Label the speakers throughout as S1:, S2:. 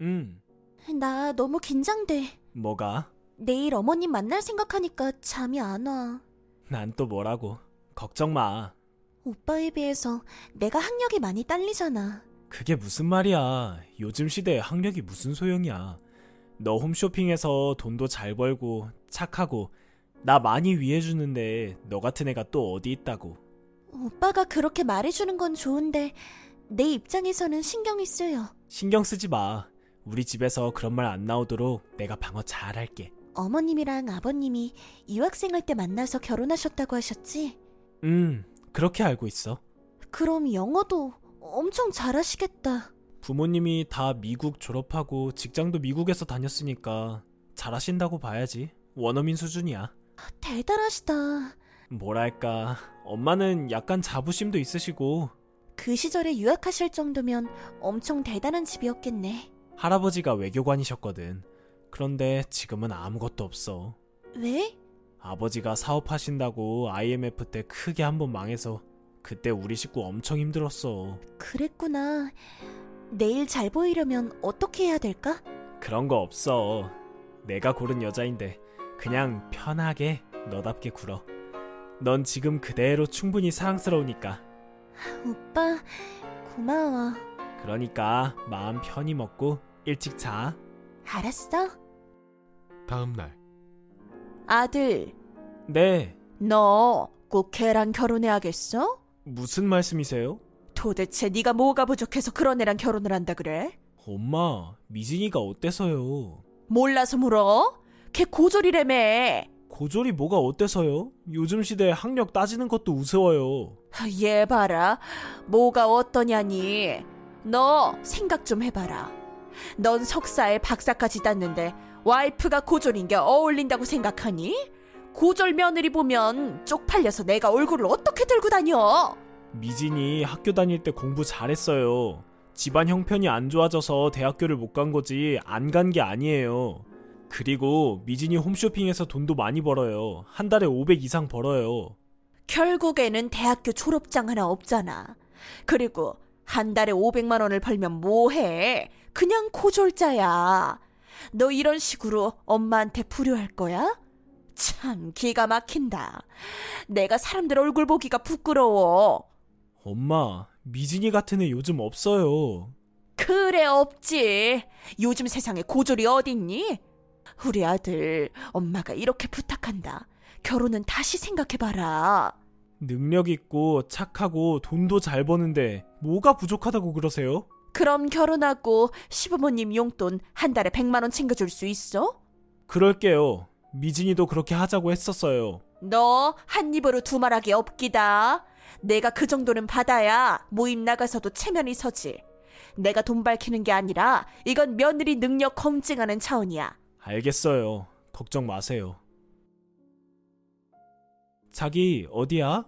S1: 응.
S2: 나 너무 긴장돼.
S1: 음, 뭐가?
S2: 내일 어머님 만날 생각하니까 잠이 안 와.
S1: 난 또 뭐라고. 걱정 마.
S2: 오빠에 비해서 내가 학력이 많이 딸리잖아.
S1: 그게 무슨 말이야. 요즘 시대에 학력이 무슨 소용이야. 너 홈쇼핑에서 돈도 잘 벌고 착하고 나 많이 위해주는데 너 같은 애가 또 어디 있다고.
S2: 오빠가 그렇게 말해주는 건 좋은데 내 입장에서는 신경이 쓰여.
S1: 신경 쓰지 마. 우리 집에서 그런 말 안 나오도록 내가 방어 잘 할게.
S2: 어머님이랑 아버님이 유학생활 때 만나서 결혼하셨다고 하셨지?
S1: 음, 그렇게 알고 있어.
S2: 그럼 영어도 엄청 잘하시겠다.
S1: 부모님이 다 미국 졸업하고 직장도 미국에서 다녔으니까 잘하신다고 봐야지. 원어민 수준이야.
S2: 대단하시다.
S1: 뭐랄까, 엄마는 약간 자부심도 있으시고
S2: 그 시절에 유학하실 정도면 엄청 대단한 집이었겠네.
S1: 할아버지가 외교관이셨거든. 그런데 지금은 아무것도 없어.
S2: 왜?
S1: 아버지가 사업하신다고 IMF 때 크게 한 번 망해서 그때 우리 식구 엄청 힘들었어.
S2: 그랬구나. 내일 잘 보이려면 어떻게 해야 될까?
S1: 그런 거 없어. 내가 고른 여자인데 그냥 편하게 너답게 굴어. 넌 지금 그대로 충분히 사랑스러우니까.
S2: 오빠, 고마워.
S1: 그러니까 마음 편히 먹고 일찍 자.
S2: 알았어?
S3: 다음 날
S2: 아들,
S1: 네.
S2: 너 꼭 걔랑 결혼해야겠어?
S1: 무슨 말씀이세요?
S2: 도대체 네가 뭐가 부족해서 그런 애랑 결혼을 한다 그래?
S1: 엄마, 미진이가 어때서요?
S2: 몰라서 물어? 걔 고졸이라며.
S1: 고졸이 뭐가 어때서요? 요즘 시대에 학력 따지는 것도 우스워요.
S2: 얘 봐라. 뭐가 어떠냐니. 너 생각 좀 해봐라. 넌 석사에 박사까지 땄는데 와이프가 고졸인 게 어울린다고 생각하니? 고졸 며느리 보면 쪽팔려서 내가 얼굴을 어떻게 들고 다녀?
S1: 미진이 학교 다닐 때 공부 잘했어요. 집안 형편이 안 좋아져서 대학교를 못 간 거지 안 간 게 아니에요. 그리고 미진이 홈쇼핑에서 돈도 많이 벌어요. 한 달에 500 이상 벌어요.
S2: 결국에는 대학교 졸업장 하나 없잖아. 그리고 한 달에 500만 원을 벌면 뭐해? 그냥 고졸자야. 너 이런 식으로 엄마한테 불효할 거야? 참 기가 막힌다. 내가 사람들 얼굴 보기가 부끄러워.
S1: 엄마, 미진이 같은 애 요즘 없어요.
S2: 그래 없지. 요즘 세상에 고졸이 어딨니? 우리 아들 엄마가 이렇게 부탁한다. 결혼은 다시 생각해봐라.
S1: 능력 있고 착하고 돈도 잘 버는데 뭐가 부족하다고 그러세요?
S2: 그럼 결혼하고 시부모님 용돈 한 달에 100만 원 챙겨줄 수 있어?
S1: 그럴게요. 미진이도 그렇게 하자고 했었어요.
S2: 너 한 입으로 두 말하기 없기다. 내가 그 정도는 받아야 모임 나가서도 체면이 서지. 내가 돈 밝히는 게 아니라 이건 며느리 능력 검증하는 차원이야.
S1: 알겠어요. 걱정 마세요. 자기 어디야?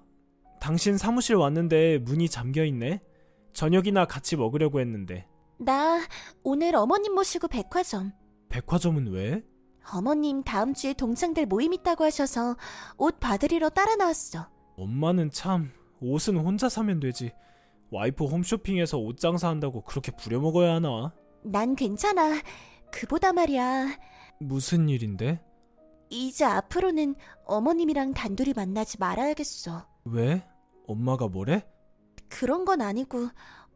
S1: 당신 사무실 왔는데 문이 잠겨 있네. 저녁이나 같이 먹으려고 했는데.
S2: 나 오늘 어머님 모시고 백화점.
S1: 백화점은 왜?
S2: 어머님 다음 주에 동창들 모임 있다고 하셔서 옷 받으리러 따라 나왔어.
S1: 엄마는 참 옷은 혼자 사면 되지. 와이프 홈쇼핑에서 옷 장사한다고 그렇게 부려먹어야 하나?
S2: 난 괜찮아. 그보다 말이야.
S1: 무슨 일인데?
S2: 이제 앞으로는 어머님이랑 단둘이 만나지 말아야겠어.
S1: 왜? 엄마가 뭐래?
S2: 그런 건 아니고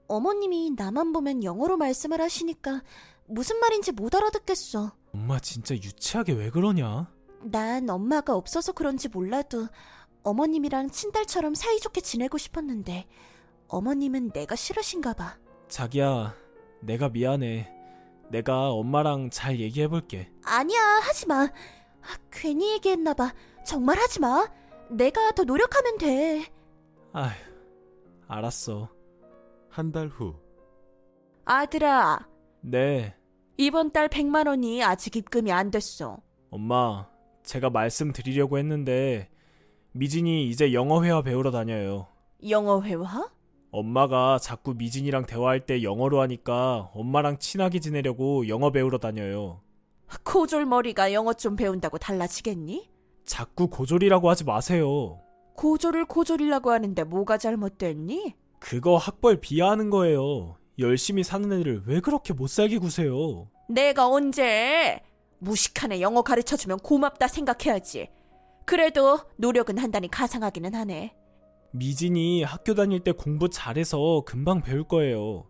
S2: 어머님이 나만 보면 영어로 말씀을 하시니까 무슨 말인지 못 알아듣겠어.
S1: 엄마 진짜 유치하게 왜 그러냐?
S2: 난 엄마가 없어서 그런지 몰라도 어머님이랑 친딸처럼 사이좋게 지내고 싶었는데 어머님은 내가 싫으신가 봐.
S1: 자기야, 내가 미안해. 내가 엄마랑 잘 얘기해볼게.
S2: 아니야, 하지 마. 아, 괜히 얘기했나 봐. 정말 하지 마. 내가 더 노력하면 돼.
S1: 아휴, 알았어.
S3: 한 달 후
S2: 아들아,
S1: 네,
S2: 이번 달 100만 원이 아직 입금이 안 됐어.
S1: 엄마. 제가 말씀드리려고 했는데, 미진이 이제 영어회화 배우러 다녀요.
S2: 영어 회화?
S1: 엄마가 자꾸 미진이랑 대화할 때 영어로 하니까 엄마랑 친하게 지내려고 영어 배우러 다녀요.
S2: 고졸머리가 영어 좀 배운다고 달라지겠니?
S1: 자꾸 고졸이라고 하지 마세요.
S2: 고졸을 고졸이라고 하는데 뭐가 잘못됐니?
S1: 그거 학벌 비하하는 거예요. 열심히 사는 애를 왜 그렇게 못살게 구세요?
S2: 내가 언제 무식한 애 영어 가르쳐주면 고맙다 생각해야지. 그래도 노력은 한다니 가상하기는 하네.
S1: 미진이 학교 다닐 때 공부 잘해서 금방 배울 거예요.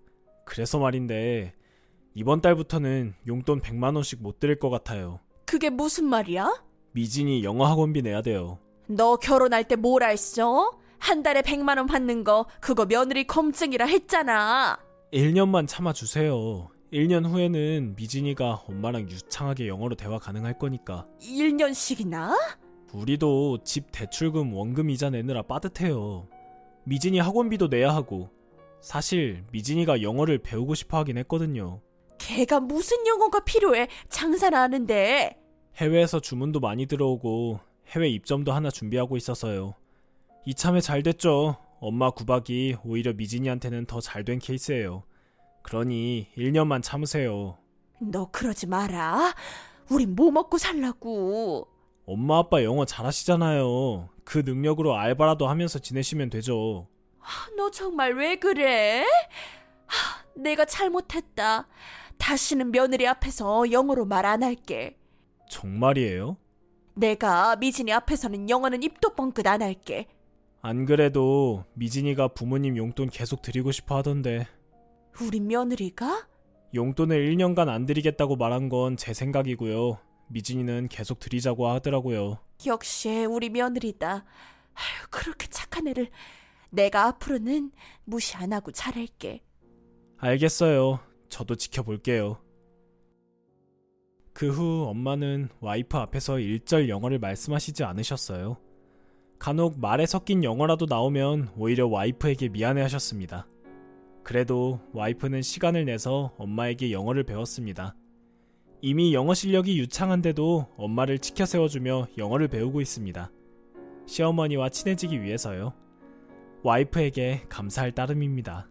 S1: 그래서 말인데 이번 달부터는 용돈 100만 원씩 못 드릴 것 같아요.
S2: 그게 무슨 말이야?
S1: 미진이 영어 학원비 내야 돼요.
S2: 너 결혼할 때 뭐라 했어? 한 달에 100만 원 받는 거 그거 며느리 검증이라 했잖아.
S1: 1년만 참아 주세요. 1년 후에는 미진이가 엄마랑 유창하게 영어로 대화 가능할 거니까
S2: 1년씩이나?
S1: 우리도 집 대출금 원금 이자 내느라 빠듯해요. 미진이 학원비도 내야 하고 사실 미진이가 영어를 배우고 싶어 하긴 했거든요.
S2: 걔가 무슨 영어가 필요해? 장사나 하는데.
S1: 해외에서 주문도 많이 들어오고 해외 입점도 하나 준비하고 있어서요. 이참에 잘 됐죠. 엄마 구박이 오히려 미진이한테는 더 잘 된 케이스예요. 그러니 1년만 참으세요.
S2: 너 그러지 마라. 우린 뭐 먹고 살라고.
S1: 엄마 아빠 영어 잘하시잖아요. 그 능력으로 알바라도 하면서 지내시면 되죠.
S2: 너 정말 왜 그래? 하, 내가 잘못했다. 다시는 며느리 앞에서 영어로 말 안 할게.
S1: 정말이에요?
S2: 내가 미진이 앞에서는 영어는 입도 뻥끗 안 할게.
S1: 안 그래도 미진이가 부모님 용돈 계속 드리고 싶어 하던데
S2: 우리 며느리가?
S1: 용돈을 1년간 안 드리겠다고 말한 건 제 생각이고요. 미진이는 계속 드리자고 하더라고요.
S2: 역시 우리 며느리다. 아유, 그렇게 착한 애를 내가 앞으로는 무시 안 하고 잘할게.
S1: 알겠어요. 저도 지켜볼게요. 그 후 엄마는 와이프 앞에서 일절 영어를 말씀하시지 않으셨어요. 간혹 말에 섞인 영어라도 나오면 오히려 와이프에게 미안해 하셨습니다. 그래도 와이프는 시간을 내서 엄마에게 영어를 배웠습니다. 이미 영어 실력이 유창한데도 엄마를 치켜 세워주며 영어를 배우고 있습니다. 시어머니와 친해지기 위해서요. 와이프에게 감사할 따름입니다.